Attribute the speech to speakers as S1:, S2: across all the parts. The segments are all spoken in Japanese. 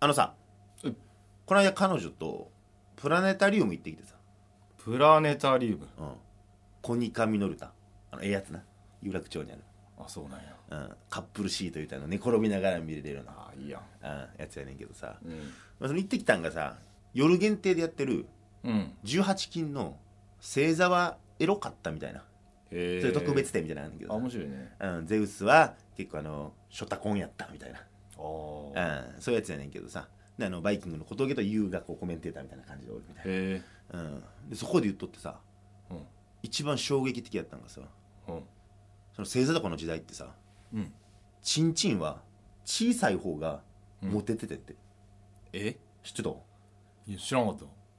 S1: あのさ、
S2: うん
S1: この間彼女とプラネタリウム行ってきてさ、
S2: プラネタリウム
S1: うん、コニカミノルタあのええやつな有楽町にある、
S2: あそうなんや
S1: うん、カップルシートいうたの寝転びながら見れるような、
S2: あいいやん
S1: うん、やつやねんけどさ、
S2: うん
S1: まあ、その行ってきたんがさ夜限定でやってる
S2: うん
S1: 18金の星座はエロかったみたいな、
S2: へえ
S1: そういう特別展みたいなのあるんだけ
S2: あ
S1: ど
S2: 面白いね
S1: さ、うん、ゼウスは結構あのショタコンやったみたいな
S2: あーへ
S1: うん、そういうやつやねんけどさであのバイキングの小峠と優がこうコメンテーターみたいな感じでおるみたい
S2: え
S1: な、うん、でそこで言っとってさ
S2: うん
S1: 一番衝撃的やったんがさ
S2: うん
S1: その星座とかの時代ってさ
S2: うん
S1: チンチンは小さい方がモテててって、
S2: え
S1: 知ってた
S2: いや知らなかっ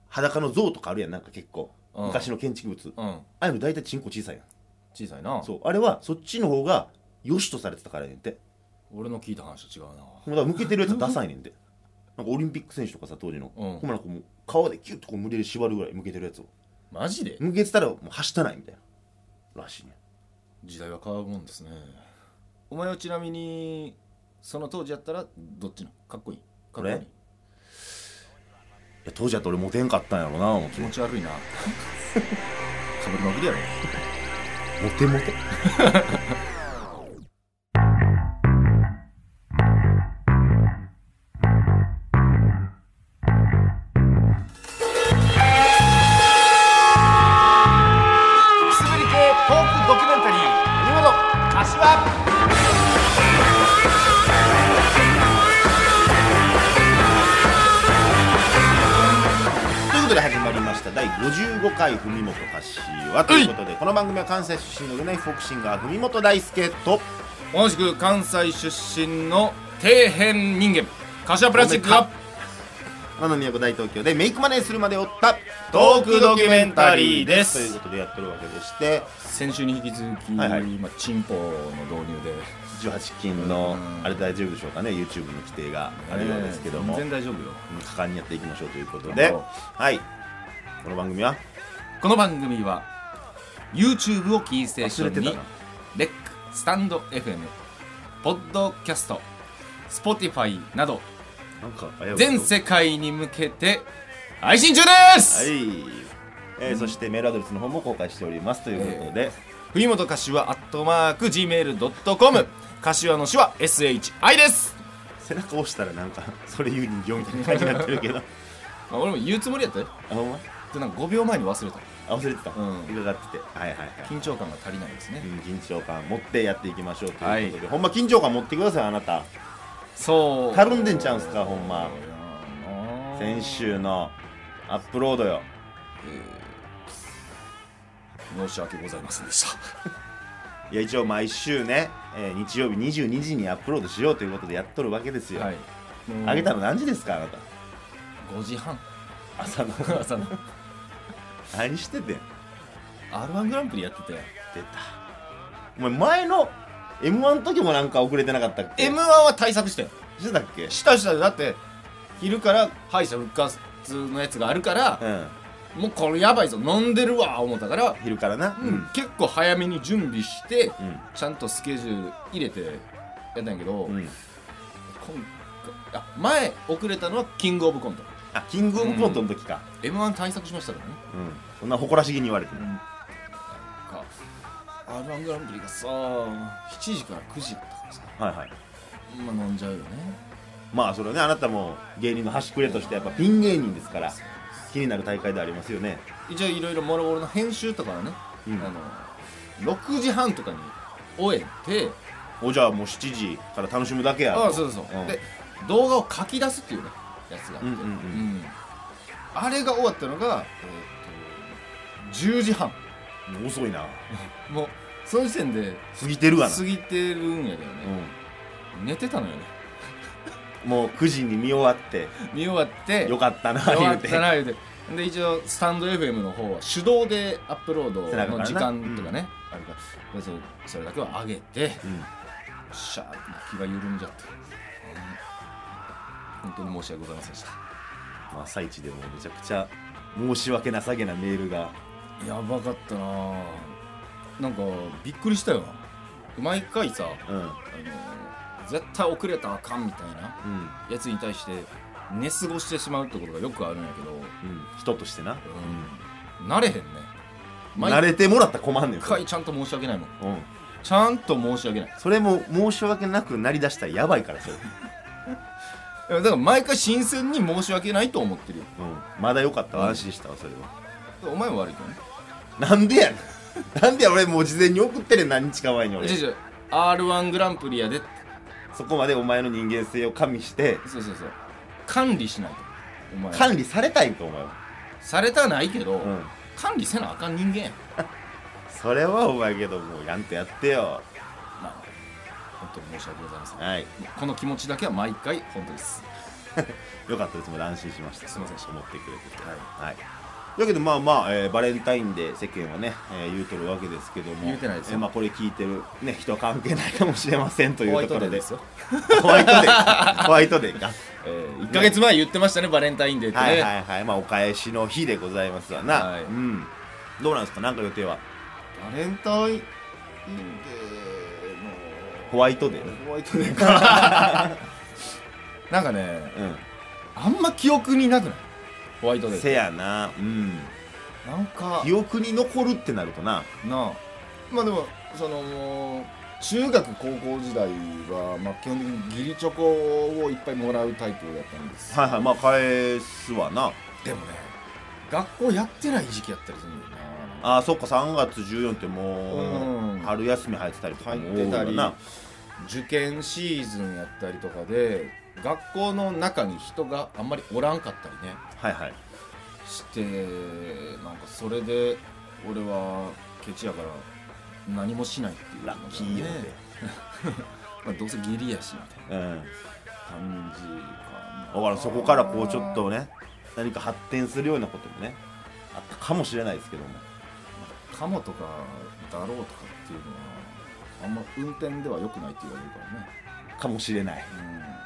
S1: 裸の像とかあるやんなんか結構
S2: うん
S1: 昔の建築物、あ
S2: たうん
S1: あいうの大体チンコ小さいやん
S2: 小さいな
S1: そうあれはそっちの方が良しとされてたからやねんて
S2: 俺の聞いた話と違うな
S1: もうだから向けてるやつはダサいねんてなんかオリンピック選手とかさ当時の、
S2: う
S1: ほん
S2: ん
S1: まなんかもう皮でキュッとこう胸で縛るぐらい向けてるやつを
S2: マジで
S1: 向けてたらもうはしたないみたいならしいね
S2: 時代は変わるもんですねお前はちなみにその当時やったらどっちのかっこいいかっこいい
S1: 俺いや当時だと俺モテんかったんやろな思って
S2: 気持
S1: モ
S2: ち悪 いなかぶりまくりやろ
S1: テモテ
S2: くすぶり系トークドキュメンタリー「見事柏」
S1: ということで始まりました第55回文元柏ということでこの番組は関西出身の売れないフォークシンガー文元大輔と
S2: 同じく関西出身の底辺人間柏プラスチックが
S1: なの都大東京でメイクマネーするまで追った
S2: トークドキュメンタリーです
S1: ということでやってるわけでして
S2: 先週に引き続き、
S1: はいはい
S2: 今チンポの導入で
S1: 18金の
S2: うん
S1: あれ大丈夫でしょうかね YouTube の規定があるようですけども
S2: 全然大丈夫よ
S1: 果敢にやっていきましょうということではいこの番組は
S2: この番組は YouTube をキーステーション
S1: 忘れ
S2: に
S1: てたな
S2: レックスタンド FM ポッドキャスト Spotify など
S1: なんか危ういこと
S2: 全世界に向けて配信中です、
S1: はい、えーそしてメールアドレスの方も公開しておりますということで、
S2: 冬本柏アットマーク Gmail.com 柏の手は SHI です
S1: 背中押したらなんかそれ言う人形みたいな感じになってるけ どあ
S2: あ俺も言うつもりやったよ
S1: ほんま
S2: でなんか5秒前に忘れた
S1: あ忘れてた、
S2: うん
S1: 伺っててはいはいはい
S2: 緊張感が足りないですね、
S1: うん緊張感持ってやっていきましょうということで、
S2: はい
S1: ほんま緊張感持ってくださいあなた
S2: そう
S1: たるんでんちゃうんすかほんま先
S2: 先週
S1: 週のアップロードよ
S2: 申し訳ございませんでした
S1: いや一応毎週ね、えー日曜日22時にアップロードしようということでやっとるわけですよ、
S2: はい。
S1: あげたの何時ですかあなた
S2: 5時半。
S1: 朝の
S2: 朝の。
S1: 何しててん
S2: R1 グランプリやってたよ。
S1: 出たお前前の m 1の時もなんか遅れてなかったっけ
S2: M1 は対策したよ。
S1: してたっけ
S2: したしたよだって、昼から敗者復活のやつがあるから
S1: う、ん
S2: もうこれやばいぞ、飲んでるわ、思ったから、
S1: 昼からな
S2: うん結構早めに準備して、
S1: うん
S2: ちゃんとスケジュール入れてやったんやけど、
S1: うん、
S2: 今回あ前遅れたのはキングオブコント。
S1: あキングオブコントの時か、
S2: M1 対策しましたからね。
S1: うんそんな誇らしげに言われても、
S2: なんか R1 グランプリがさ7時から9時だったからさ
S1: はいはい
S2: まあ飲んじゃうよね
S1: まあそれはねあなたも芸人の端くれとしてやっぱピン芸人ですから気になる大会ではありますよね
S2: 一応いろいろもろもろの編集とかはね、
S1: うん
S2: あの6時半とかに終えて
S1: おじゃあもう7時から楽しむだけや
S2: ああそうそうそう、
S1: うん
S2: で動画を書き出すっていうねやつがあって、
S1: うんうんうん
S2: あれが終わったのが、えーっと10時半
S1: もう遅いな
S2: もうその時点で
S1: 過ぎてるわな
S2: 過ぎてるんやけどね、寝てたのよね
S1: うん、もう9時に見終わって
S2: 見終わって
S1: よかったな
S2: 終
S1: 言
S2: わ
S1: う
S2: ってたな言うてで一応スタンド FM の方は手動でアップロードの時間とかねあるからそれそれだけは上げて
S1: うん
S2: シャーッと気が緩んじゃってうん本当に申し訳ございませんでし
S1: まあ朝一でもめちゃくちゃ申し訳なさげなメールが
S2: たやばかったなぁなんかびっくりしたよ毎回さ、
S1: うん
S2: あの絶対遅れたらあかんみたいな
S1: うん
S2: やつに対して寝過ごしてしまうってことがよくあるんやけど、
S1: うん、人としてな
S2: うん、慣れへんね
S1: 慣
S2: 毎
S1: れてもらったら困んねん
S2: 回ちゃんと申し訳ないもん
S1: うん
S2: ちゃんと申し訳ない
S1: それも申し訳なくなりだしたらやばいからそれ、
S2: いやだから毎回新鮮に申し訳ないと思ってるよ
S1: うん、まだよかったわ
S2: うん
S1: 安心したわそれは
S2: お前も悪いけどね
S1: なんでやねん なんでや俺もう事前に送ってねん何日か前に俺
S2: じゃじゃ r 1グランプリやでって
S1: そこまでお前の人間性を加味して
S2: そうそうそう管理しないとお前
S1: 管理されたいんかお前は
S2: されたないけど、
S1: うん
S2: 管理せなあかん人間や
S1: それはお前けどもうやんとやってよ
S2: まあ本当に申し訳ございません
S1: はい
S2: この気持ちだけは毎回本当です
S1: よかったですまだ安心しました
S2: すいませんでした
S1: 思ってくれてて
S2: はい
S1: はいだけどまあまあ、えーバレンタインで世間はね、えー言うとるわけですけども
S2: 言うてないですよ
S1: えーまあ、これ聞いてる、ね、人は関係ないかもしれませんとい
S2: ホワ
S1: う
S2: イ
S1: と
S2: ト
S1: ころで
S2: デーですよ、
S1: ホワイトデーホワイトデーか
S2: え1か月前言ってましたねバレンタインデーってね、
S1: はいはいはいまあお返しの日でございますわな、
S2: はい
S1: うんどうなんですかなんか予定は
S2: バレンタインデー
S1: ホワイトデー
S2: のホワイトデーか なんかねあんま記憶になくないホワイト
S1: う
S2: デ
S1: ん
S2: ーっ
S1: せ
S2: て
S1: やなうん
S2: なんか
S1: 記憶に残るってなるとな
S2: なあまあでもそのもう中学高校時代は、まあ、基本的に義理チョコをいっぱいもらうタイプだったんです
S1: はいはいまあ返すわな
S2: でもね学校やってない時期やったりするんだよな
S1: あーそっか3月14っても
S2: う
S1: うん春休み入ってたりとかも多
S2: 入っ
S1: い
S2: てた
S1: わ
S2: り
S1: な
S2: 受験シーズンやったりとかで学校の中に人があんまりおらんかったりね
S1: はいはい
S2: してなんかそれで俺はケチやから何もしないっていうの
S1: ラ
S2: が
S1: ッキーよね
S2: まあ、どうせ義理やしみたいな
S1: うん
S2: 感じか
S1: だからんそこからこうちょっとね何か発展するようなこともねあったかもしれないですけども
S2: カモとかだろうとかっていうのはあんま運転では良くないって言われるからね
S1: かもしれない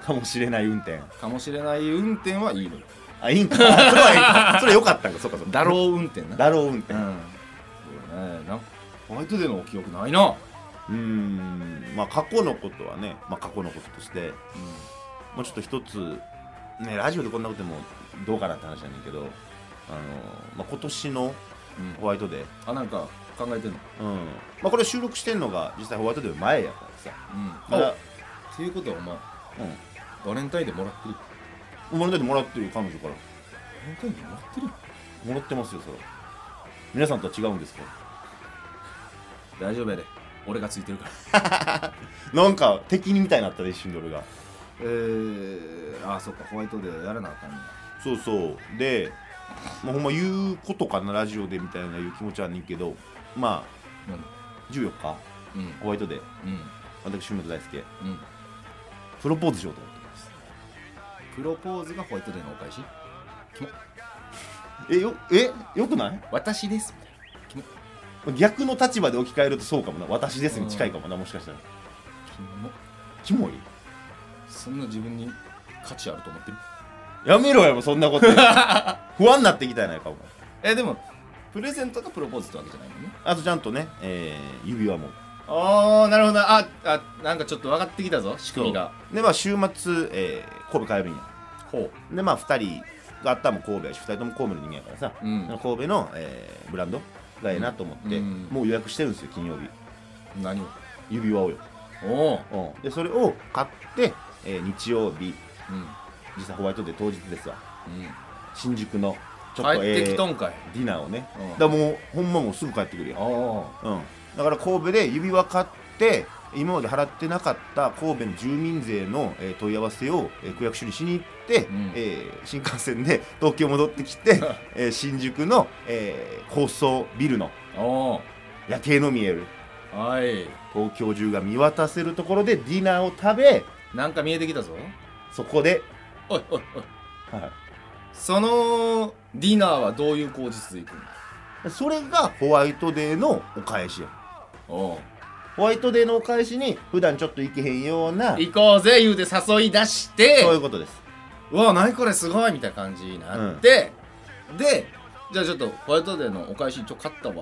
S1: かもしれない運転
S2: うんかもしれない運転はいいのよ
S1: あいいん かそれはいいんかそれよかったんかそうかそうか
S2: だろう運転な
S1: だろう運
S2: う
S1: 転
S2: んそうだねなんかホワイトデーの記憶ないな、
S1: うーんまあ過去のことはね、まあ、過去のこととしてもうちょっと一つねラジオでこんなこともどうかなって話なんだけどあの、まあ、今年の
S2: うん
S1: ホワイトデー、
S2: あなんか考えてん
S1: う
S2: の
S1: んまあ、これ収録してんのが実際ホワイトデー前やからさ
S2: う
S1: ま
S2: ん
S1: だ
S2: っていうことはお
S1: う
S2: 前
S1: ん
S2: バレンタインでもらってる
S1: 生まれた時もらってる彼女から
S2: バレンタインでもらってる
S1: もらってますよそれ皆さんとは違うんですか
S2: 大丈夫やで俺がついてるから
S1: なんか敵みたいになったで一瞬で俺が
S2: えー、あそっかホワイトデーやらなあかんね
S1: そうそうで、まあ、ほんま言うことかなラジオでみたいな言う気持ちはねんけどまあ14日
S2: うん
S1: ホワイトデー
S2: うん
S1: 私文本大輔
S2: うんうん
S1: プロポーズしようと思ってます
S2: プロポーズがホワイトデーのお返し
S1: えよえよくない
S2: 私です
S1: 逆の立場で置き換えるとそうかもな私ですに近いかもなもしかしたら
S2: キモ
S1: キモい
S2: そんな自分に価値あると思ってる
S1: やめろよもうそんなこと 不安になってきたやないかお前
S2: えでもプレゼントがプロポーズってわけじゃないもんね
S1: あとちゃんとね、えー指輪も
S2: ああなるほどああなんかちょっと分かってきたぞ仕組みが
S1: でまあ週末、えー神戸帰るんや
S2: ほ
S1: でまあ2人があったも神戸やし2人とも神戸の人間やからさ、
S2: ううん
S1: 神戸の、えーブランドがええなと思って、
S2: うん
S1: もう予約してるんですよ金曜日
S2: 何を
S1: 指輪をよ、
S2: おお
S1: うんでそれを買って、えー日曜日
S2: うん
S1: 実際ホワイトデー当日ですわ
S2: うん
S1: 新宿のちょっ
S2: 帰
S1: とえ
S2: って
S1: え
S2: き
S1: デ
S2: とんかい
S1: ィナーをね、
S2: うん
S1: だからもうほんまもうすぐ帰ってくるよ、
S2: あ
S1: うん、だから神戸で指輪買って今まで払ってなかった神戸の住民税の、えー問い合わせを、えー区役所にしに行って、
S2: ん
S1: えー新幹線で東京戻ってき て、えー新宿の、えー高層ビルの
S2: あお
S1: 夜景の見える
S2: おはい
S1: 東京中が見渡せるところでディナーを食べ
S2: なんか見えてきたぞ
S1: そこで、
S2: おいおいおい
S1: は
S2: そのディナーはどういう口実でいく
S1: い、
S2: の
S1: それがホワイトデーのお返しや
S2: おう
S1: ホワイトデーのお返しに普段ちょっと行けへんような
S2: 行こうぜ言うて誘い出して
S1: そういうことです
S2: うわ何これすごいみたいな感じになって、でじゃあちょっとホワイトデーのお返しちょ買ったわ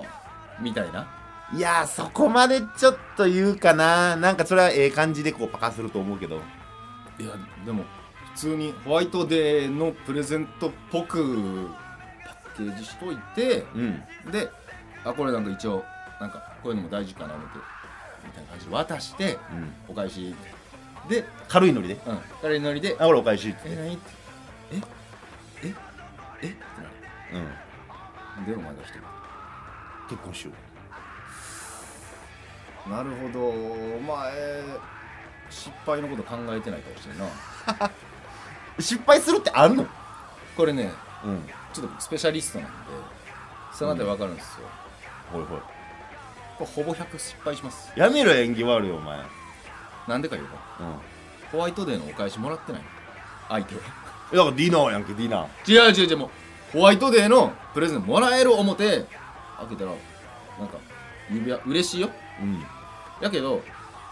S2: みたいない
S1: やーそこまでちょっと言うかななんかそれはええ感じでこうパカすると思うけど
S2: いやでも普通にホワイトデーのプレゼントっぽくパッケージしといて
S1: うん
S2: であこれなんか一応なんかこういうのも大事かな思ってみたいな感じで渡して
S1: うん
S2: お返しで、
S1: 軽いノリで
S2: うん、彼のノリで
S1: あ俺お返しっ
S2: 「
S1: て
S2: え何?」って「ええええってなる
S1: うん
S2: なんでお前が一人
S1: 結婚しよ
S2: なるほどまあ、えー失敗のこと考えてないかもしれんな
S1: う失敗するってあんの
S2: これね
S1: うん
S2: ちょっとスペシャリストなんでそのあたり分かるんですよ、
S1: ほいほい
S2: これほぼ100失敗します
S1: やめろ演技悪いお前うん
S2: なんでか言うかホワイトデーのお返しもらってない相手は
S1: えだからディナーやんけディナー
S2: 違う違う違うもうホワイトデーのプレゼントもらえる思て開けたらなんか指輪嬉しいよ
S1: うん
S2: やけど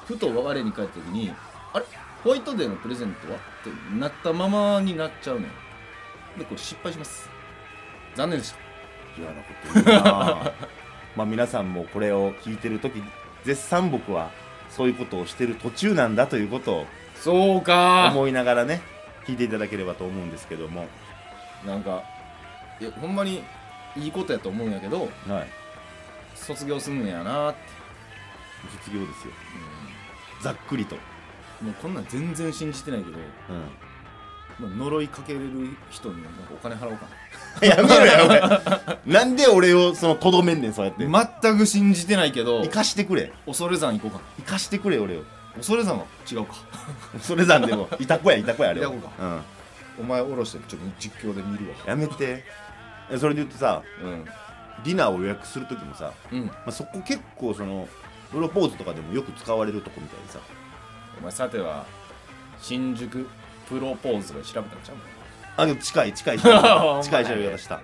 S2: ふと我に返った時にあれホワイトデーのプレゼントはってなったままになっちゃうのよでこれ失敗します残念でした
S1: 嫌なこと言う なまあ皆さんもこれを聞いてる時絶賛僕はそういうことをしてる途中なんだということを
S2: そうか
S1: 思いながらね聞いていただければと思うんですけども
S2: なんかいやほんまにいいことやと思うんやけど
S1: はい
S2: 卒業すんねやなって、
S1: 卒業ですよざっくりと、
S2: うんもうこんなん全然信じてないけ
S1: う
S2: ど
S1: ん、
S2: まあ呪いかけれる人になんかお金払おうか
S1: やめろや俺なんで俺をそのとどめんねんそうやって、
S2: な全く信じてないけど
S1: 生かしてくれ
S2: 恐山行こうか
S1: 生かしてくれ俺を
S2: 恐山は違うか
S1: それなんで もいた子やいた子やあれはい
S2: た子
S1: うん、
S2: お前おろしてちょっと実況で見るわ
S1: やめてえそれで言うとさ
S2: うん
S1: ディナーを予約する時もさ、
S2: うん
S1: まあ、そこ結構そのプロポーズとかでもよく使われるとこみたいでさ
S2: お前さては新宿プロポーズで調べたんちゃうの
S1: あでも近い近い
S2: お前
S1: 近い喋り方した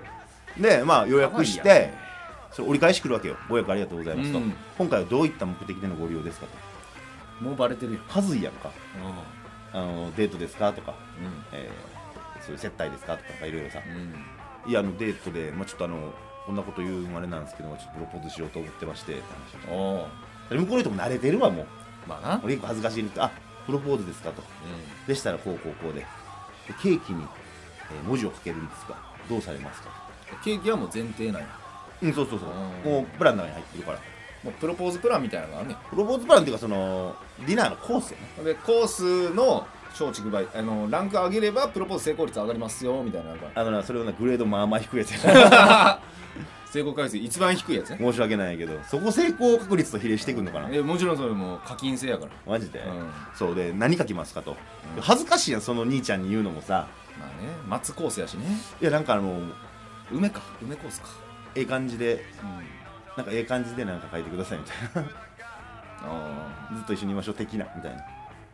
S1: でまあ予約し
S2: かわいいや
S1: てそれ折り返し来るわけよご予約ありがとうございますと、
S2: うん
S1: 今回はどういった目的でのご利用ですかと
S2: もうバレてるよ
S1: はずいやんか
S2: う
S1: あのデートですかとか、
S2: ん
S1: えーそういう接待ですかとかいろいろさ
S2: うん
S1: いやあのデートで、まあ、ちょっとあのこんなこと言うんあれなんですけどちょっとプロポーズしようと思ってましてって話をして
S2: おお
S1: で向こうの人も慣れてるわもう
S2: まあな
S1: 俺結構恥ずかしいのってあプロポーズですかとでしたらこうこうこうででケーキに、えー文字を書けるんですがどうされますか
S2: ケーキはもう前提なんや
S1: とうんそうそうそう
S2: うん
S1: もうプランの中に入ってるから
S2: もうプロポーズプランみたいなのがあんねん
S1: プロポーズプランっていうかそのディナーのコースやね
S2: でコースの松竹梅あのランク上げればプロポーズ成功率上がりますよみたいななんか
S1: あのなそれをなグレードまあまあ低いやつや な
S2: 成功回数一番低いやつね
S1: 申し訳ないけどそこ成功確率と比例してくんのかな
S2: えもちろんそれも課金制やから
S1: マジで、
S2: うん
S1: そうで何書きますかと、
S2: うん
S1: 恥ずかしいやんその兄ちゃんに言うのもさ
S2: まあね松コースやしね
S1: いやなんかあの
S2: 梅か梅コースか
S1: ええ感じで
S2: うん
S1: なんかええ感じでなんか書いてくださいみたい
S2: ああ
S1: な ずっと一緒にいましょう的なみたいな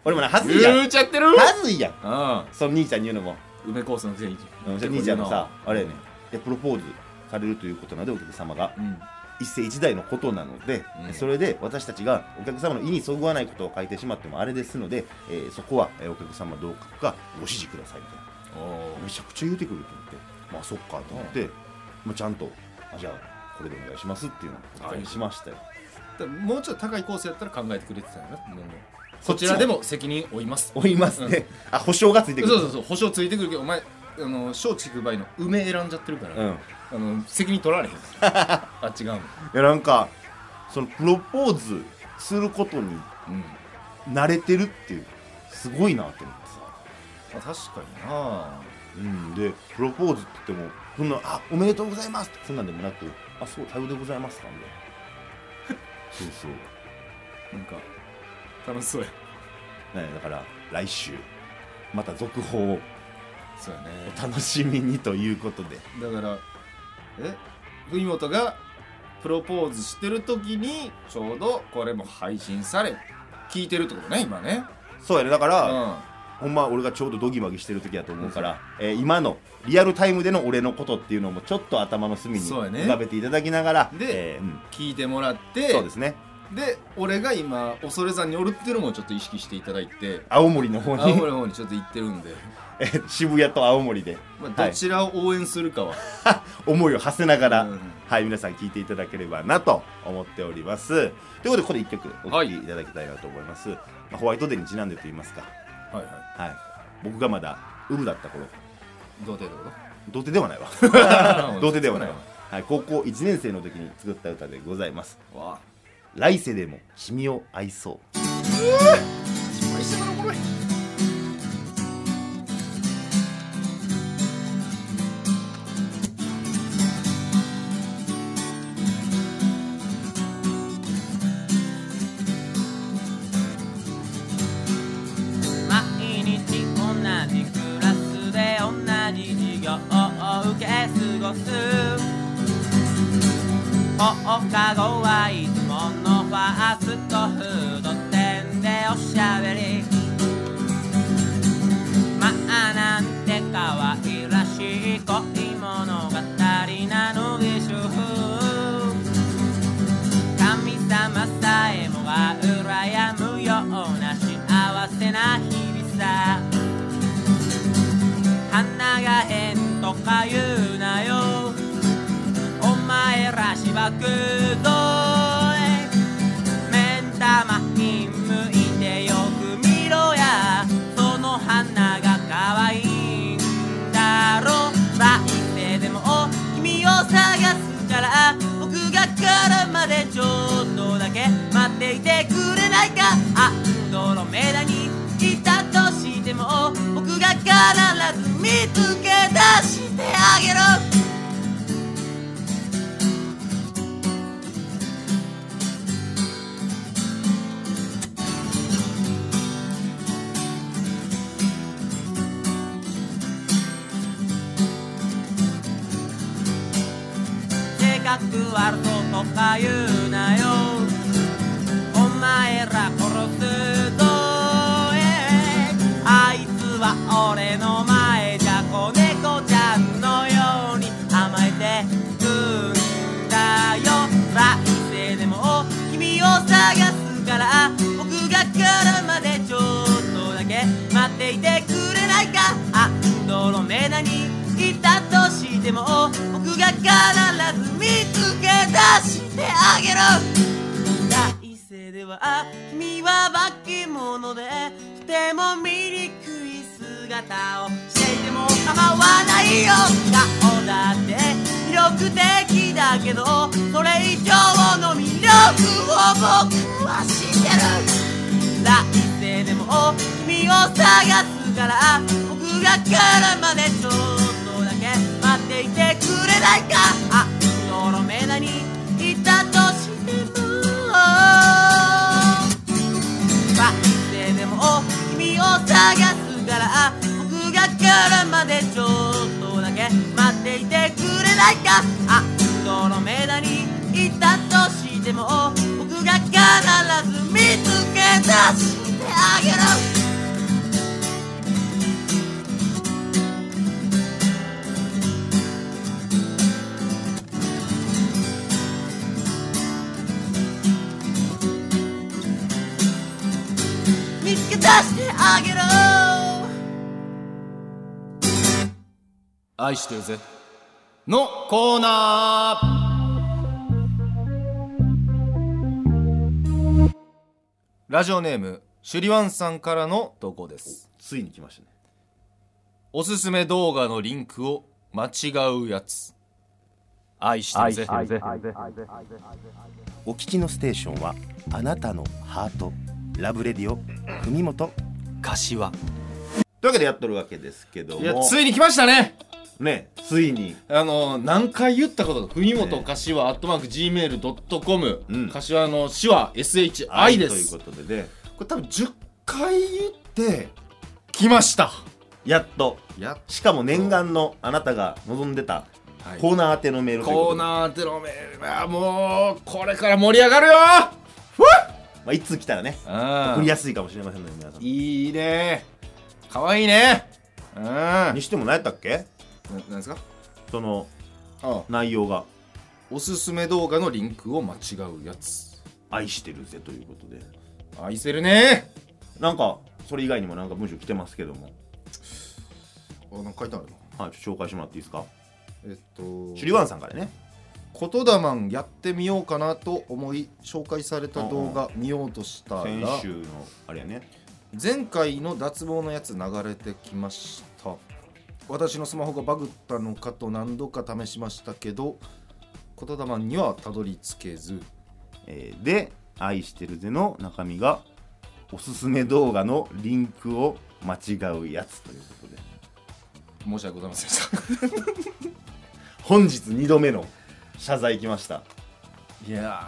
S1: 俺もな恥ずいやん
S2: 言うちゃってる
S1: 恥ずいやん
S2: ああ
S1: その兄ちゃんに言うのも
S2: 梅コースのくせに
S1: うんその兄ちゃんのさあれやねでプロポーズされるということなのでお客様が
S2: うん
S1: 一世一代のことなので、
S2: うん
S1: それで私たちがお客様の意にそぐわないことを書いてしまってもあれですので、えーそこはえーお客様どう書くかご指示くださいみたいな
S2: おお
S1: めちゃくちゃ言うてくると思ってまあそっかと思って、まあ、ちゃんとあじゃあこれでお願いしますっていうのを
S2: はい
S1: しましたよ
S2: もうちょっと高いコースやったら考えてくれてたよなもう
S1: そ
S2: こ
S1: っ
S2: ち
S1: ち
S2: らでも責任負います
S1: 追いますね、あ保証がついてくる
S2: そうそうそう保証ついてくるけどお前あの松竹梅の梅選んじゃってるから、
S1: うん、い
S2: あの責任取られ へんあ違うの
S1: やなんかそのプロポーズすることに
S2: うん、ま
S1: 慣れてるっていうすごいなって思ってさ
S2: あ、確かにな
S1: うん、でプロポーズって言ってもそんな「あおめでとうございます」ってそんなんでもなく「あそうさようでございます」なん でそうそう
S2: なんか楽しそうや
S1: なんやだから来週また続報を
S2: そうやね
S1: お楽しみにということで
S2: だからえ文元がプロポーズしてる時にちょうどこれも配信され聞いてるってことね今ね
S1: そうやねだか
S2: う
S1: ら、
S2: ん
S1: ほんま俺がちょうどドギマギしてる時やと思うから、えー今のリアルタイムでの俺のことっていうのもちょっと頭の隅に
S2: そうやね
S1: 浮かべていただきながら、
S2: で
S1: えーうん
S2: 聞いてもらって
S1: そうですね
S2: で俺が今恐山におるっていうのもちょっと意識していただいて
S1: 青森の方
S2: 青
S1: に
S2: 森の方にちょっと行ってるんで、
S1: えー 渋谷と青森で
S2: まあ、
S1: はい
S2: どちらを応援するかは、
S1: 思いを馳せながら、
S2: うん
S1: はい、皆さん聞いていただければなと思っております。ということで、ここで一曲お聴きいただきたいなと思います。まあホワイトデーにちなんでと言いますか、
S2: はいは
S1: はい、僕がまだウブだった頃
S2: 童貞ってこ
S1: 童貞ではないわ 童
S2: と
S1: 貞では ないわ、はい、高校1年生の時に作った歌でございます
S2: わあ
S1: 来世でも君を愛そう
S2: 失敗してたなこれ
S3: 毎日同じクラスで同じ授業を受け過ごす放課後はいつものファーストフード店でおしゃべりまあなんて可愛らしい恋物語なのでしょう神様さえもが羨むような幸せな日々さ花が変とか言うなよお前らしばくぞえ目ん玉に向いてよく見ろやその花が可愛いんだろ来世でも君を探すから僕が来るまでちょっとだけ待っていてくれないかアンドロメダにいたとしても僕が必ず見つけ出してあげろ性格悪そうとか言うなよお前ら殺すぞえーあいつは俺の前じゃ子猫ちゃんのように甘えてくんだよ来世でも君を探すから僕が来るまでちょっとだけ待っていてくれないかアンドロメダにいたとしても僕が必ず見つけ出してあげろ来世では君は化け物でとても醜い姿をしていても構わないよ顔だって魅力的だけどそれ以上の魅力を僕は知ってる来世でも君を探すから僕が来るまでちょっとだけ待っていてくれないかあドロメダにいたとしても来世でも君を探すから僕が来るまでちょっとだけ待っていてくれないかあドロメダにいたとしても僕が必ず見つけ出してあげろ見つけ出してあげろ
S2: 愛してるぜのコーナーラジオネームシュリワンさんからの投稿です
S1: ついに来ましたね
S2: おすすめ動画のリンクを間違うやつ愛してるぜ
S1: お聞きのステーションはあなたのハートラブレディオ文元と
S2: 柏
S1: いうわけでやっとるわけですけども
S2: いやついに来ましたね
S1: ねついに
S2: あの何回言ったことか国本柏アットマーク Gmail.com、
S1: うん
S2: 柏の詩は SHI で
S1: という
S2: す
S1: ことでねこれ多分10回言って
S2: 来ました
S1: やっと
S2: やっ
S1: しかも念願のあなたが望んでた
S2: はい
S1: コーナー宛てのメールというこ
S2: コ
S1: とで
S2: ーナーでのメールはもうこれから盛り上がるよ
S1: まあ、いつ来たらね
S2: うん
S1: 送りやすいかもしれませんので皆さん
S2: いいねかわいいねうんな
S1: にしても何やったっけ
S2: なんですか
S1: その
S2: あ
S1: 内容が
S2: おすすめ動画のリンクを間違うやつ
S1: 「愛してるぜ」ということで
S2: 愛せるね
S1: なんかそれ以外にもなんか文章来てますけども、
S2: あなんか書いてあるな
S1: はい、ちょっと紹介してもらっていいですか
S2: えっと
S1: シュリワンさんからね
S2: 言霊マンやってみようかなと思い紹介された動画見ようとしたら
S1: 先週のあれやね
S2: 前回の脱帽のやつ流れてきました私のスマホがバグったのかと何度か試しましたけど言霊にはたどり着けず
S1: えーで「愛してるぜ」の中身がおすすめ動画のリンクを間違うやつということで
S2: 申し訳ございませんでし
S1: 本日2度目の謝罪来ました
S2: たいや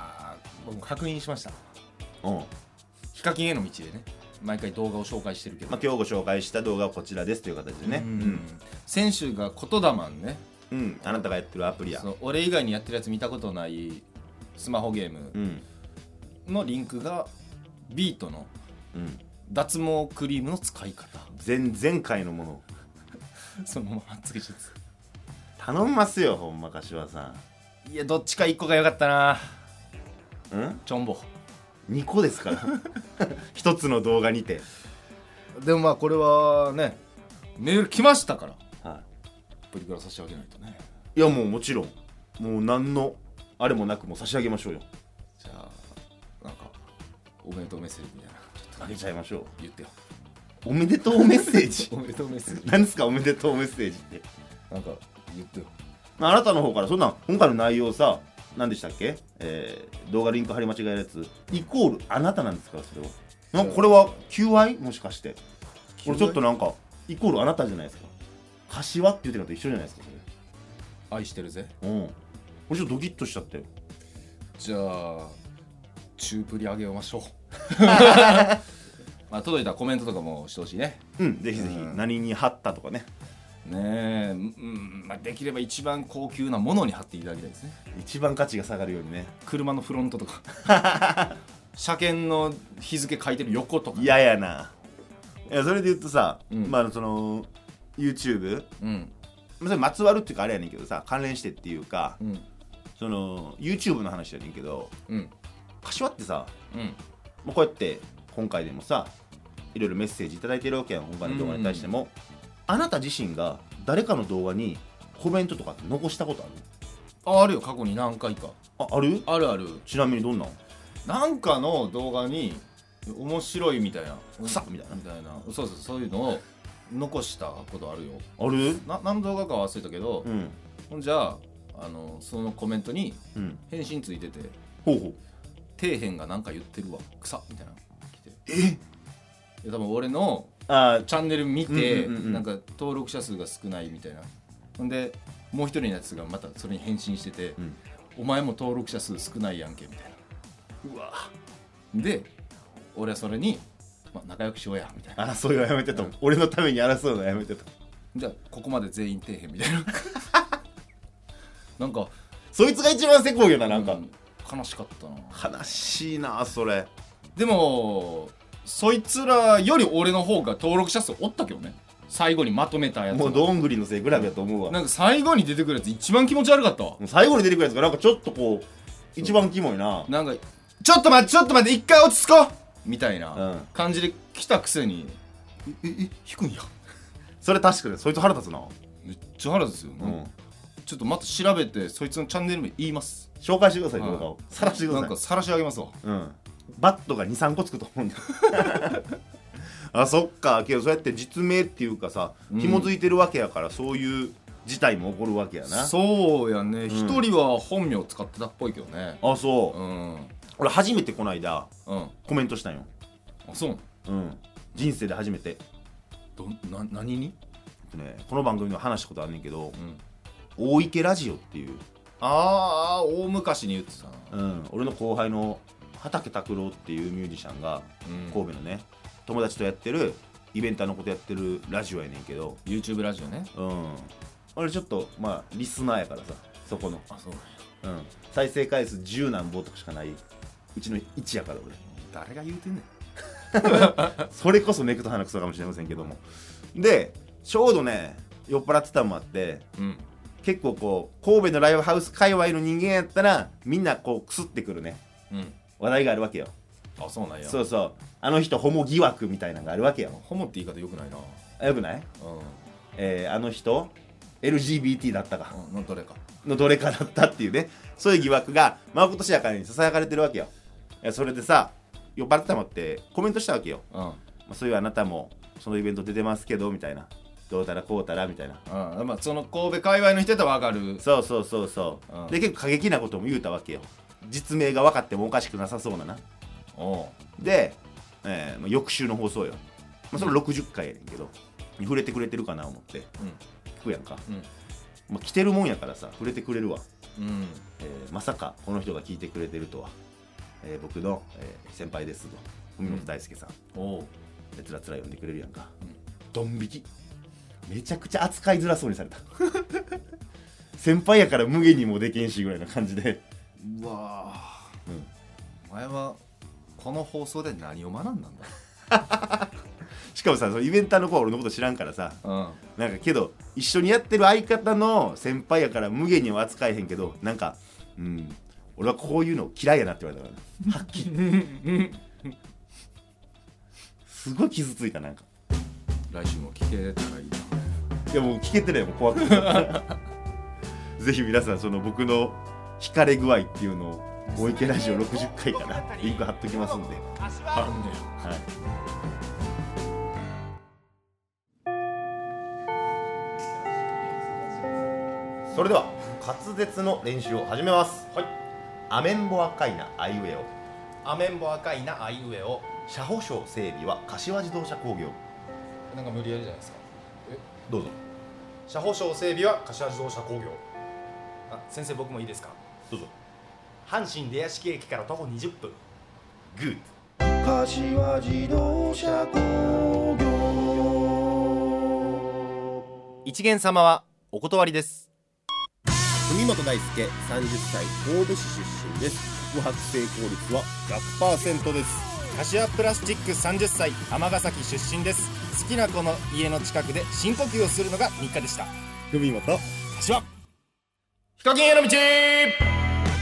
S2: ー僕確認しました
S1: うん
S2: ヒカキンへの道でね毎回動画を紹介してるけど、
S1: まあ、今日ご紹介した動画はこちらですという形でね
S2: うん選手が言霊ね
S1: うん、うんあなたがやってるアプリや
S2: その俺以外にやってるやつ見たことないスマホゲー
S1: う
S2: ム
S1: ん
S2: のリンクがビートの
S1: うん
S2: 脱毛クリームの使い方
S1: 前前回のもの
S2: そのままつけちゃって
S1: 頼みますよほんま柏さ
S2: いやどっちか一個が良かったなん
S1: うん
S2: チョンボ
S1: 2個ですから 一つの動画にて、
S2: でもまあこれはねメール来ましたから
S1: は
S2: プリクラ差し上げないとね
S1: い、いやもうもちろんもう何のあれもなくもう差し上げましょうよ
S2: じゃあなんかおめでとうメッセージみたいなちょっ
S1: あげちゃいましょう
S2: と言ってよ
S1: おめでとうメッセー ジ
S2: おめでとうメッセージ
S1: 何ですかおめでとうメッセージって
S2: なんか言ってよ
S1: まああなたの方からそんなん今回の内容さ何でしたっけ、えー動画リンク貼り間違えるやつイコールあなたなんですからそれはなんかこれは求愛もしかしてこれちょっとなんかイコールあなたじゃないですか柏って言ってるのと一緒じゃないですか
S2: 愛してるぜ
S1: それうん俺ちょっとドキッとしちゃったよ
S2: じゃあチュープリ上げま しょうまあ届いたコメントとかもしてほしいね
S1: うんぜひぜひ
S2: うん
S1: 何に貼ったとかね
S2: ねえ、うんまあ、できれば一番高級なものに貼っていただきたいですね
S1: 一番価値が下がるようにね
S2: 車のフロントとか 車検の日付書いてる横とか
S1: 嫌やないやそれで言うとさ、
S2: うん
S1: まあその YouTube
S2: うん
S1: まあそれまつわるっていうかあれやねんけどさ関連してっていうか
S2: うん
S1: その YouTube の話やねんけど
S2: うん
S1: 柏ってさ、
S2: うん
S1: まあ、こうやって今回でもさいろいろメッセージ頂いただいてるわけやん今回の動画に対しても、あなた自身が誰かの動画にコメントとかって残したこと
S2: ああるよ過去に何回か
S1: あるあある
S2: あるある
S1: ちなみにどんなん
S2: なんかの動画に面白いみたいな
S1: 草みたいな
S2: みたいなそうそうそういうのを残したことあるよ
S1: ある
S2: な何の動画かは忘れたけど、
S1: うん
S2: ほんじゃあのそのコメントに
S1: うん
S2: 返信ついてて
S1: ほうほう
S2: 「底辺がなんか言ってるわ草」みたいなの来て
S1: え
S2: いや多分俺の
S1: あー
S2: チャンネル見て、
S1: うんうんうんうん
S2: なんか登録者数が少ないみたいなほんでもう一人のやつがまたそれに返信してて「
S1: うん
S2: お前も登録者数少ないやんけ」みたいな
S1: うわ
S2: で俺はそれに、まあ、仲良くしようやみたいな
S1: 争いはやめてと、俺のために争うのはやめてと
S2: じゃあここまで全員底辺みたいななんか
S1: そいつが一番せこいよななんか、
S2: う悲しかったな
S1: 悲しいなそれ
S2: でもそいつらより俺の方が登録者数おったけどね最後にまとめたやつ
S1: もうどんぐりのせいグラブやと思うわ
S2: なんか最後に出てくるやつ一番気持ち悪かったわ
S1: もう最後に出てくるやつがなんかちょっとこう一番キモいな
S2: なんか「ちょっと待ってちょっと待って一回落ち着こう!」みたい
S1: うん
S2: な感じで来たくせに「えええ引くんや」
S1: それ確かにそいつ腹立つな
S2: めっちゃ腹ですよ、
S1: う
S2: ね
S1: ん
S2: ちょっとまた調べてそいつのチャンネル名言います
S1: 紹介してください
S2: はい
S1: 動画をさらしてく
S2: な
S1: だ
S2: んか
S1: さ
S2: 晒し上げますわ
S1: いうんバットが23個つくと思 うんだあそっかけどそうやって実名っていうかさ
S2: うん
S1: 紐づいてるわけやからそういう事態も起こるわけやなあ
S2: そうやね一、人は本名使ってたっぽいけどね
S1: そう
S2: うんうん
S1: 俺初めてこの間
S2: あ
S1: コメントしたんよ
S2: そうなの
S1: うん人生で初めてえ
S2: どな何に、
S1: っとねこの番組でも話したことあんねんけど
S2: うん、
S1: 大池ラジオっていう
S2: あーあー大昔に言ってたな、
S1: うん、俺の後輩の畑拓郎っていうミュージシャンが
S2: うん
S1: 神戸のね友達とやってるイベンターのことやってるラジオやねんけど、
S2: YouTube ラジオね
S1: うん、俺ちょっとまあリスナーやからさそこの、
S2: あそう
S1: うん、再生回数10何本とかしかないうちの1やから俺
S2: 誰が言うてんね
S1: それこそめくと鼻くそかもしれませんけどもでちょうどね酔っ払ってたのもあって
S2: んうん
S1: 結構こう神戸のライブハウス界隈の人間やったらみんなこうくすってくるね
S2: うん
S1: 話題があるわけよ
S2: あそうなんや
S1: そうそうあの人ホモ疑惑みたいなのがあるわけよ
S2: ホモって言い方よくないな
S1: あよくない
S2: うん
S1: えーあの人 LGBT だったか
S2: あなどれか
S1: のどれかだったっていうねそういう疑惑がまことしやかにささやかれてるわけよいやそれでさ酔っ払ったのってコメントしたわけよ
S2: うん
S1: まあそういうあなたもそのイベント出てますけどみたいなどうたらこうたらみたいな
S2: ああまあその神戸界隈の人やったらわかる
S1: そうそうそうそう、
S2: うん
S1: で結構過激なことも言うたわけよ実名が分かってもおかしくなさそうなな
S2: おう
S1: で、えーまあ、翌週の放送よ、まあ、その60回やねんけどに触れてくれてるかな思って
S2: う
S1: 聞くやんか、
S2: ん
S1: まあ、来てるもんやからさ触れてくれるわ、
S2: うんうん
S1: えーまさかこの人が聞いてくれてるとは、えー僕の、えー先輩ですと海本大輔さん、
S2: おう
S1: でつらつら呼んでくれるやんか、
S2: うん
S1: ドン引きめちゃくちゃ扱いづらそうにされた 先輩やから無限にもできんしぐらいな感じで、
S2: うわあ
S1: うん
S2: お前はこの放送で何を学んだんだ
S1: しかもさそのイベンターの子は俺のこと知らんからさ
S2: うん
S1: なんかけど一緒にやってる相方の先輩やから無限には扱えへんけどなんかうん俺はこういうの嫌いやなって言われたからはっきり すごい傷ついたなんか
S2: 来週も聞けたらいいない
S1: やもう聞けてないもう怖くて ぜひ皆さんその僕の惹かれ具合っていうのをお池ラジオ60回からリンク貼っときますんで、
S2: あんねん
S1: はい、それでは滑舌の練習を始めます
S4: はい
S1: アメンボ赤いなアイウェオ
S4: アメンボ赤いなあいうえお
S1: 車保証整備は柏自動車工業
S4: なんか無理やりじゃないですか
S1: どうぞ
S4: 車保証整備は柏自動車工業あ先生僕もいいですか
S1: どうぞ
S4: 阪神出屋敷駅から徒歩20分
S1: グー
S5: 柏自動車工業
S4: 一元様はお断りです
S6: 文本大輔30歳神戸市出身です宿泊成功率は100%です
S4: 柏プラスチック30歳尼崎出身です好きな子の家の近くで深呼吸をするのが日課でした
S6: 文本
S4: 柏ヒカキンへの道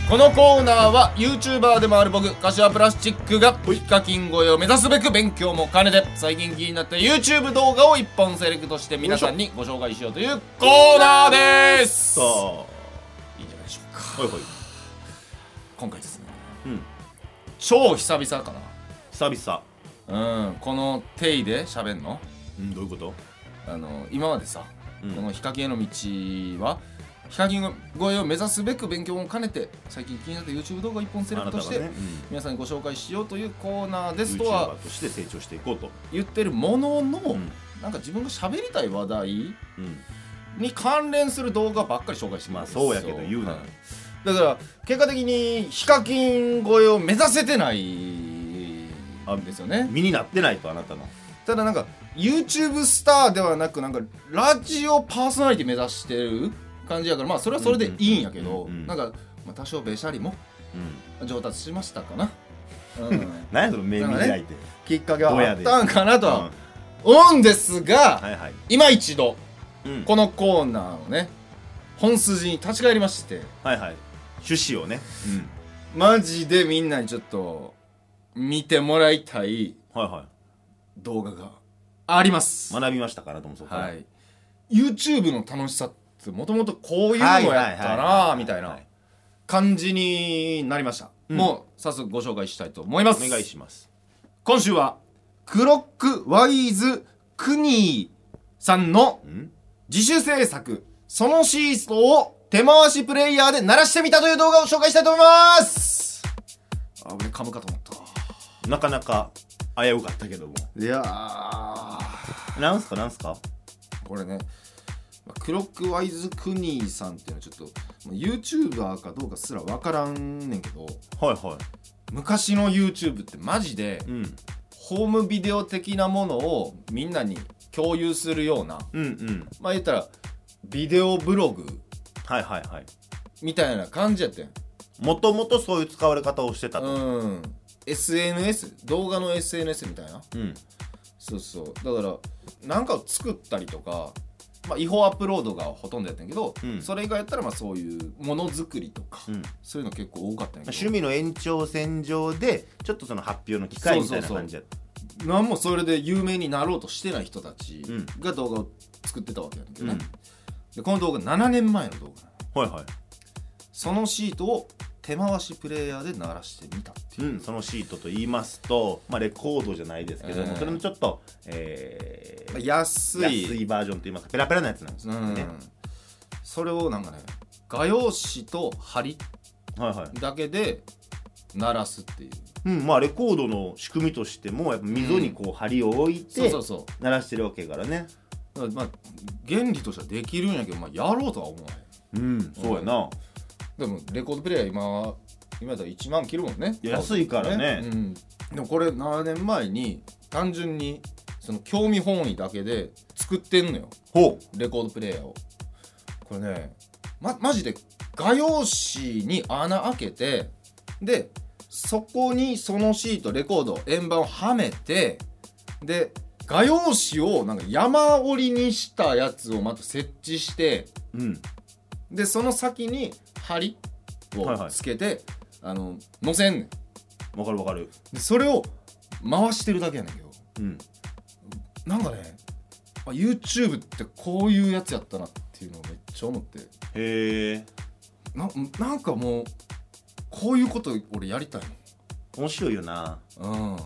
S4: このコーナーは
S2: YouTuber でもある僕柏プラスチックがヒカキン越えを目指すべく勉強も兼ねて最近気になった YouTube 動画を一本セレクトして皆さんにご紹介しようというコーナーです
S1: さあ
S2: いいんじゃないでしょうか
S1: ほいほい
S2: 今回ですね
S1: うん
S2: 超久々か
S1: 久々
S2: なうんこの定位で喋んの
S1: うんどういうこと
S2: あの今までさ、
S1: うん
S2: このヒカキンへの道はヒカキン越えを目指すべく勉強も兼ねて最近気になった YouTube 動画一本セレクトして、
S1: あなたがね
S2: 皆さんにご紹介しようというコーナーで
S1: うん、
S2: すとは
S1: YouTuber として成長していこうと、
S2: 言ってるものの、
S1: ん
S2: なんか自分が喋りたい話題
S1: うん、
S2: に関連する動画ばっかり紹介してくるんです
S1: まあ
S2: よ
S1: そうやけど言うな
S2: はいだから結果的にヒカキン越えを目指せてないんですよね
S1: 身になってないとあなたの
S2: ただなんか YouTube スターではなくなんかラジオパーソナリティ目指してる感じやからまあそれはそれでいいんやけど、
S1: うんうんうんうん
S2: なんか、まあ、多少べしゃりも
S1: うん
S2: 上達しました かな、うん、
S1: 何やその目見開いて、
S2: きっかけは
S1: どう
S2: あ
S1: や
S2: っ
S1: で
S2: たんかなと
S1: うん
S2: は
S1: は
S2: 思うんですが、
S1: いはい、
S2: 今一度
S1: うん、
S2: このコーナーをね本筋に立ち返りまして
S1: はいはい趣旨をね、
S2: マジでみんなにちょっと見てもらいたい
S1: うん、はいは
S2: 動画があります
S1: い学びましたかなともそこ
S2: はい YouTube の楽しさってもともとこういうのやったなみたいな感じになりました、もう早速ご紹介したいと思います
S1: お願いします
S2: 今週はクロックワイズクニーさんの
S1: ん
S2: 自主制作そのシーソーを手回しプレイヤーで鳴らしてみたという動画を紹介したいと思いますあ俺噛むかと思った
S1: なかなか危うかったけども
S2: いやー
S1: なんすかなんすか
S2: これねまあクロックワイズクニーさんっていうのはちょっとまあ YouTuber かどうかすら分からんねんけど
S1: はいは
S2: 昔の YouTube ってマジで
S1: い、うん、
S2: ホームビデオ的なものをみんなに共有するような
S1: うんうん
S2: まあ言ったらビデオブログ
S1: はいはいはい
S2: みたいな感じやってん
S1: もともとそういう使われ方をしてたと、
S2: うん SNS 動画の SNS みたいな
S1: うん、
S2: そうそうだからなんかを作ったりとか、まあ、違法アップロードがほとんどやったんやけど、
S1: うん
S2: それ以外やったらまあそういうものづくりとか、
S1: うん
S2: そういうの結構多かったんやけ
S1: 趣味の延長線上でちょっとその発表の機会みたいな感じやった
S2: どなんもそれで有名になろうとしてない人たち
S1: うん
S2: が動画を作ってたわけやねんけどね、
S1: うん
S2: でこの動画7年前の動画なの
S1: はいはい
S2: そのシートを
S1: 手回しプレイヤーで鳴らしてみたっていう、そのシートと言いますと、まあ、レコードじゃないですけども、
S2: うん
S1: それのちょっと、えー
S2: 安い
S1: 安いバージョンと言いますかペラペラなやつなんです
S2: う
S1: よ
S2: ん
S1: ね、
S2: それをなんかね画用紙と針
S1: はいはい
S2: だけで鳴らすっていう
S1: うんまあレコードの仕組みとしてもやっぱ溝にこう針を置い
S2: そう
S1: て
S2: そうそう
S1: 鳴らしてるわけやからね
S2: だからまあ原理としてはできるんやけど、まあ、やろうとは思わない
S1: うんそうやな、
S2: でもレコードプレイヤー今今やったら1万切るもんね
S1: いや安いからね
S2: うん、でもこれ7年前に単純にその興味本位だけで作ってんのよ
S1: ほう
S2: レコードプレイヤーをこれねまマジで画用紙に穴開けてでそこにそのシートレコード円盤をはめてで画用紙をなんか山折りにしたやつをまた設置して
S1: うん
S2: でその先に針
S1: はいは
S2: を
S1: い
S2: つけて、あの乗せんねん
S1: わかるわかる
S2: でそれを回してるだけやねんけど
S1: うん
S2: なんかねあ YouTube ってこういうやつやったなっていうのをめっちゃ思って
S1: へえ
S2: ななんかもうこういうこと俺やりたい
S1: 面白いよな
S2: もんうん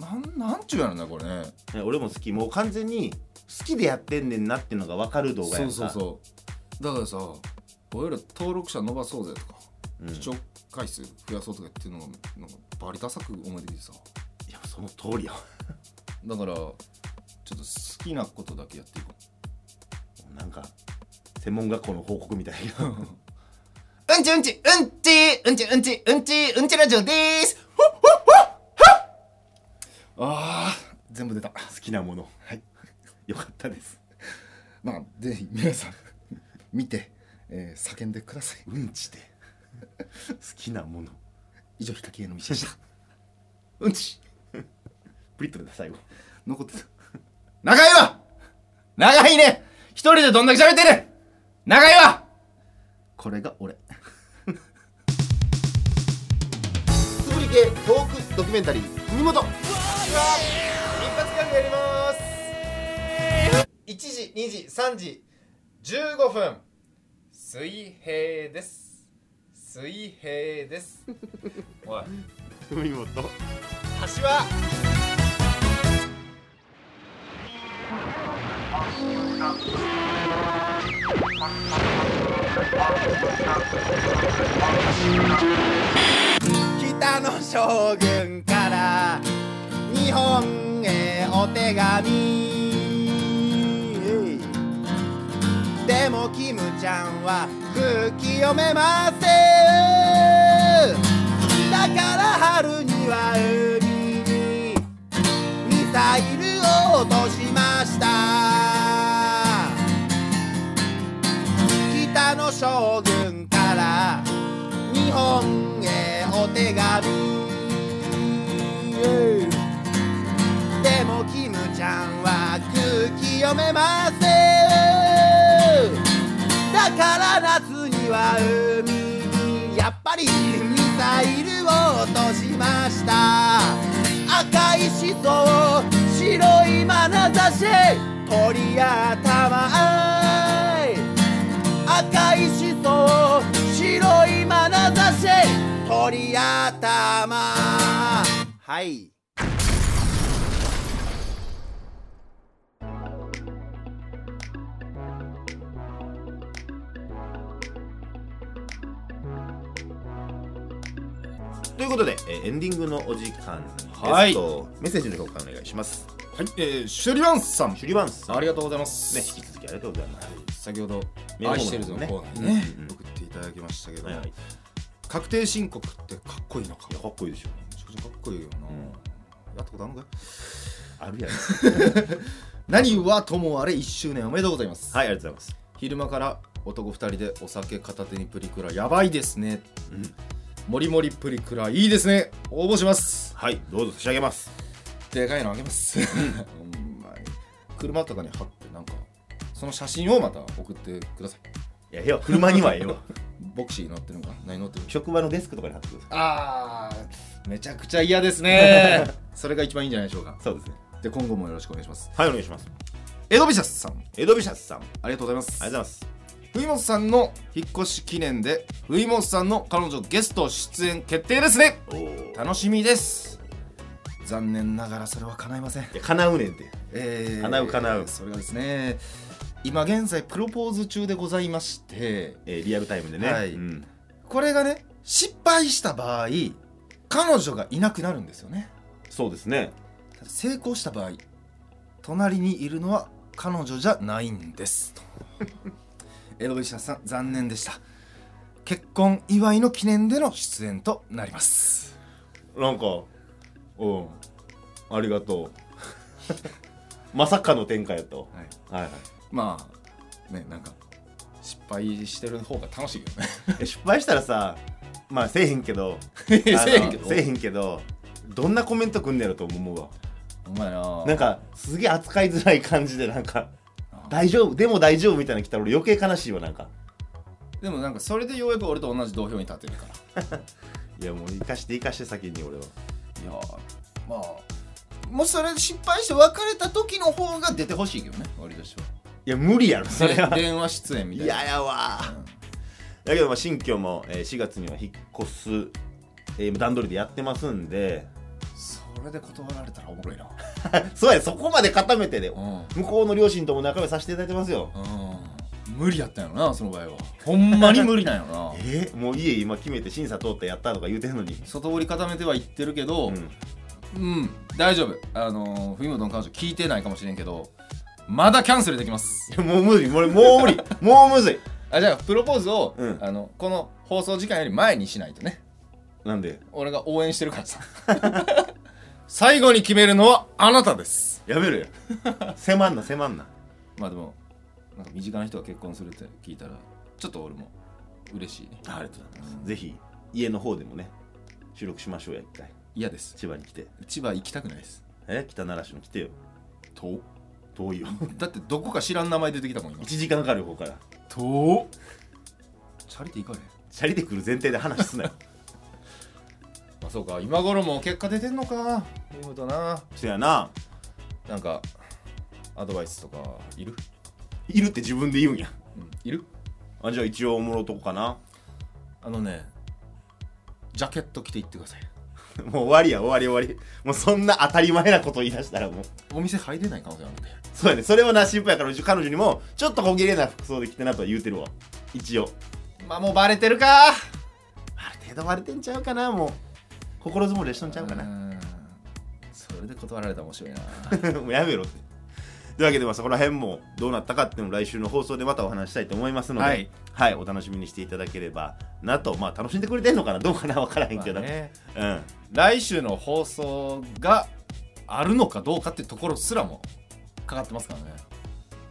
S2: ななんなんちゅうやろなこれね
S1: ね俺も好きもう完全に好きでやってんねんなっていうのが分かる動画や
S2: そ
S1: ん
S2: う
S1: か
S2: そうそうだからさ俺ら登録者伸ばそうぜとか、
S1: うん
S2: 視聴回数増やそうとかっていうのがなんかバリダサく思えてきてさ
S1: いやその通りよ
S2: だからちょっと好きなことだけやっていこ
S1: なんか専門学校の報告みたいな
S2: ううんちうんちうんちうんちうんちうんちうんちラジオでーすあー全部出た
S1: 好きなものはいよかったです
S2: まあぜひ皆さん見て、えー叫んでください
S1: うんちで好きなもの
S2: 以上ヒカキンへの道でしたうんち
S1: プリッと出た最後
S2: 残ってた長いわ長いね一人でどんだけ喋ってる長いわこれが俺
S7: つぶり系トークドキュメンタリー文元一発ギャグやります
S2: 1時2時3時15分水平です水平ですおい
S1: 海本
S2: 橋は
S8: 北の将軍から日本へお手紙でもキムちゃんは空気読めませんだから春には海にミサイルを落としました北の将軍から日本へお手紙でもキムちゃんは空気読めませんだから夏には海にやっぱりミサイルを落としました赤いしそ白い眼差し鳥頭い赤いしそ白い眼差し鳥頭はい
S1: ということで、えーエンディングのお時間です、
S2: はい
S1: とメッセージの交換お願いします
S2: はい、えー、シュリバンさん
S1: シュリバンスさん
S2: ありがとう
S1: う
S2: ございます、
S1: ね引き続きありがとうございます、
S2: 先ほど
S1: メールフォーム
S2: 愛してるぞのコーナーにね
S1: ねうんうん
S2: 送っていただきましたけど、
S1: はいはい、い
S2: 確定申告ってかっこいいのかめ
S1: やかっこいいでしょ
S2: ちゃくちゃかっこいいよな、
S1: ん
S2: やったことあるのかい
S1: あるやん
S2: 何はともあれ1周年おめでとうございます、
S1: はいありがとうございます
S2: 昼間から男2人でお酒片手にプリクラやばいですね、
S1: うん
S2: もりもりプリクラいいですね応募します
S1: はいどうぞ差し上げます
S2: でかいのあげます、ほんまに車とかに貼ってなんかその写真をまた送ってください
S1: いやええわ車にはええわ
S2: ボクシーに乗ってるのかな何乗ってるの
S1: 職場のデスクとかに貼ってくださ
S2: あーめちゃくちゃ嫌ですね それが一番いいんじゃないでしょうか
S1: いそうですね
S2: で今後もよろしくお願いします
S1: はいお願いします
S2: エドビシャスさん
S1: エドビシャスさんあり
S2: ありがとうございます
S1: がとうございます
S2: 文本さんの引っ越し記念で文本さんの彼女ゲスト出演決定ですね楽しみです残念ながらそれは叶いません
S1: いや叶うねんて
S2: えー
S1: 叶う叶う
S2: それがですね今現在プロポーズ中でございまして
S1: えーリアルタイムでね、
S2: はい
S1: うん
S2: これがね失敗した場合彼女がいなくなるんですよね
S1: そうですね
S2: ただ成功した場合隣にいるのは彼女じゃないんです と江戸下さん残念でした結婚祝いの記念での出演となります
S1: なんかうんありが とうまさかの展開やと、
S2: は
S1: は
S2: い
S1: いはい
S2: まあねなんか失敗してる方が楽しいけどね
S1: え失敗したらさまあせえへんけど
S2: せえへんけ
S1: あ
S2: ど
S1: のせえへんけどどんなコメントくんねやろと思うわ
S2: お前な
S1: なんかすげえ扱いづらい感じでなんか大丈夫でも大丈夫みたいなの来たら俺余計悲しいわなんか
S2: でもなんかそれでようやく俺と同じ土俵に立てるから
S1: いやもう生かして生かして先に俺はい
S2: やーまあもしそれで失敗して別れた時の方が出てほしいけどね俺としてはい
S1: や無理やろ それは
S2: 電話出演みたいな
S1: 嫌やわー、だけどまあ新居も、えー4月には引っ越す、えー段取りでやってますんで
S2: それで断られたらおもろいな
S1: そうやそこまで固めてで、
S2: う
S1: 向こうの両親とも仲良くさせていただいてますよ
S2: うん無理やったんやろなその場合はほんまに無理なんやろな
S1: えーもう家今決めて審査通ってやったとか言うてんのに
S2: 外堀固めては言ってるけど
S1: う
S2: うん、
S1: ん
S2: 大丈夫あのー冬本の彼女聞いてないかもしれんけどまだキャンセルできます
S1: いや もう無理もうもう無理もうむずい
S2: あじゃあプロポーズを、
S1: うん
S2: あのこの放送時間より前にしないとね
S1: なんで
S2: 俺が応援してるからさ最後に決めるのはあなたです
S1: や めろよ迫んな迫んな
S2: まあでもなんか身近な人が結婚するって聞いたらちょっと俺も嬉しいね
S1: ありがとうございますぜひ家の方でもね収録しましょうや一回
S2: 嫌です
S1: 千葉に来て
S2: 千葉行きたくないです
S1: え北奈良市も来てよ
S2: 遠
S1: 遠いよ
S2: だってどこか知らん名前出てきたもん今
S1: 1時間かかるよここから
S2: 遠チャリティー行かれへん
S1: チャリで来る前提で話すなよ
S2: まあそうか今頃もう結果出てんのかいうことな
S1: そやな
S2: なんかアドバイスとかいる、
S1: いるって自分で言うんや
S2: うん、いる
S1: あじゃあ一応おもろとこかな
S2: あのねジャケット着て行ってください
S1: もう終わりや終わり終わりもうそんな当たり前なこと言い出したらもう
S2: お店入れない可能性あるんで
S1: そうやねそれはな心配やからうち彼女にもちょっと小切れな服装で着てなとは言うてるわ一応
S2: まあもうバレてるか
S1: ある程度割れてんちゃうかなもう心づもりでしとんちゃうか
S2: う
S1: な
S2: んそれで断られたら面 白いな
S1: もうやめろってというわけでまあそこら辺もどうなったかっていうのも来週の放送でまたお話ししたいと思いますので、
S2: は
S1: はいいお楽しみにしていただければなとまあ楽しんでくれてんのかなどうかな分からへんけど、
S2: まあね
S1: うん
S2: 来週の放送があるのかどうかってところすらもかかってますからね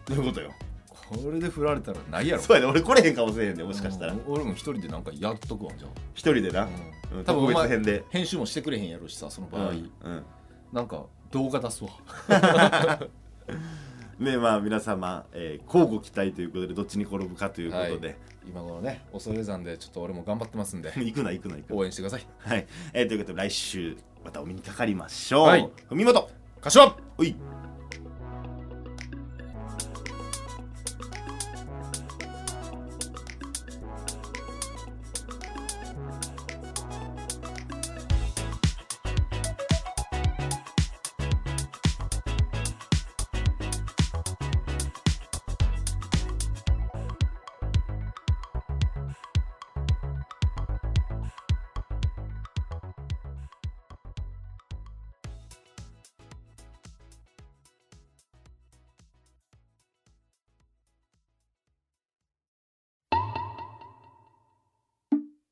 S1: どういうことよ
S2: これで振られたらないやろ
S1: そうやね俺来れへんかもしれへんでもしかしたら
S2: うん俺も一人でなんかやっとくわじゃ
S1: 一人でな、
S2: あ、
S1: うん
S2: 多分お
S1: 特別
S2: 前
S1: 編で
S2: 編集もしてくれへんやろしさその場合、
S1: うん
S2: なんか動画出すわ
S1: うんねまあ皆様、えー、交互期待ということでどっちに転ぶかということで、
S2: 今頃ね恐山でちょっと俺も頑張ってますん で
S1: 行くな行くな行くな
S2: 応援してください
S1: はい、えーということで来週またお目にかかりましょう、
S2: はい
S1: 文元
S2: 柏
S1: おい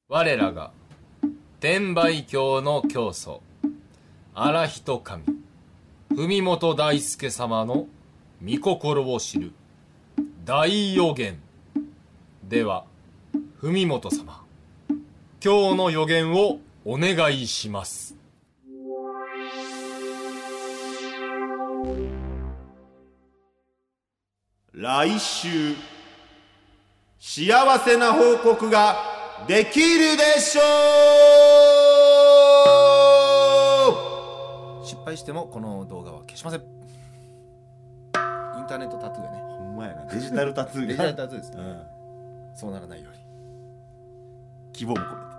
S9: 我らが天売教の教祖荒人神文本大輔様の御心を知る大予言では文本様今日の予言をお願いします
S1: 来週幸せな報告ができるでしょ
S2: 失敗してもこの動画は消しませんインターネットタトゥーやね
S1: うほんまやなデジタルタトゥ
S2: デ
S1: ー
S2: ジタ
S1: が
S2: ルタトゥーですね
S1: うん
S9: そうならないように
S1: 希望も込めて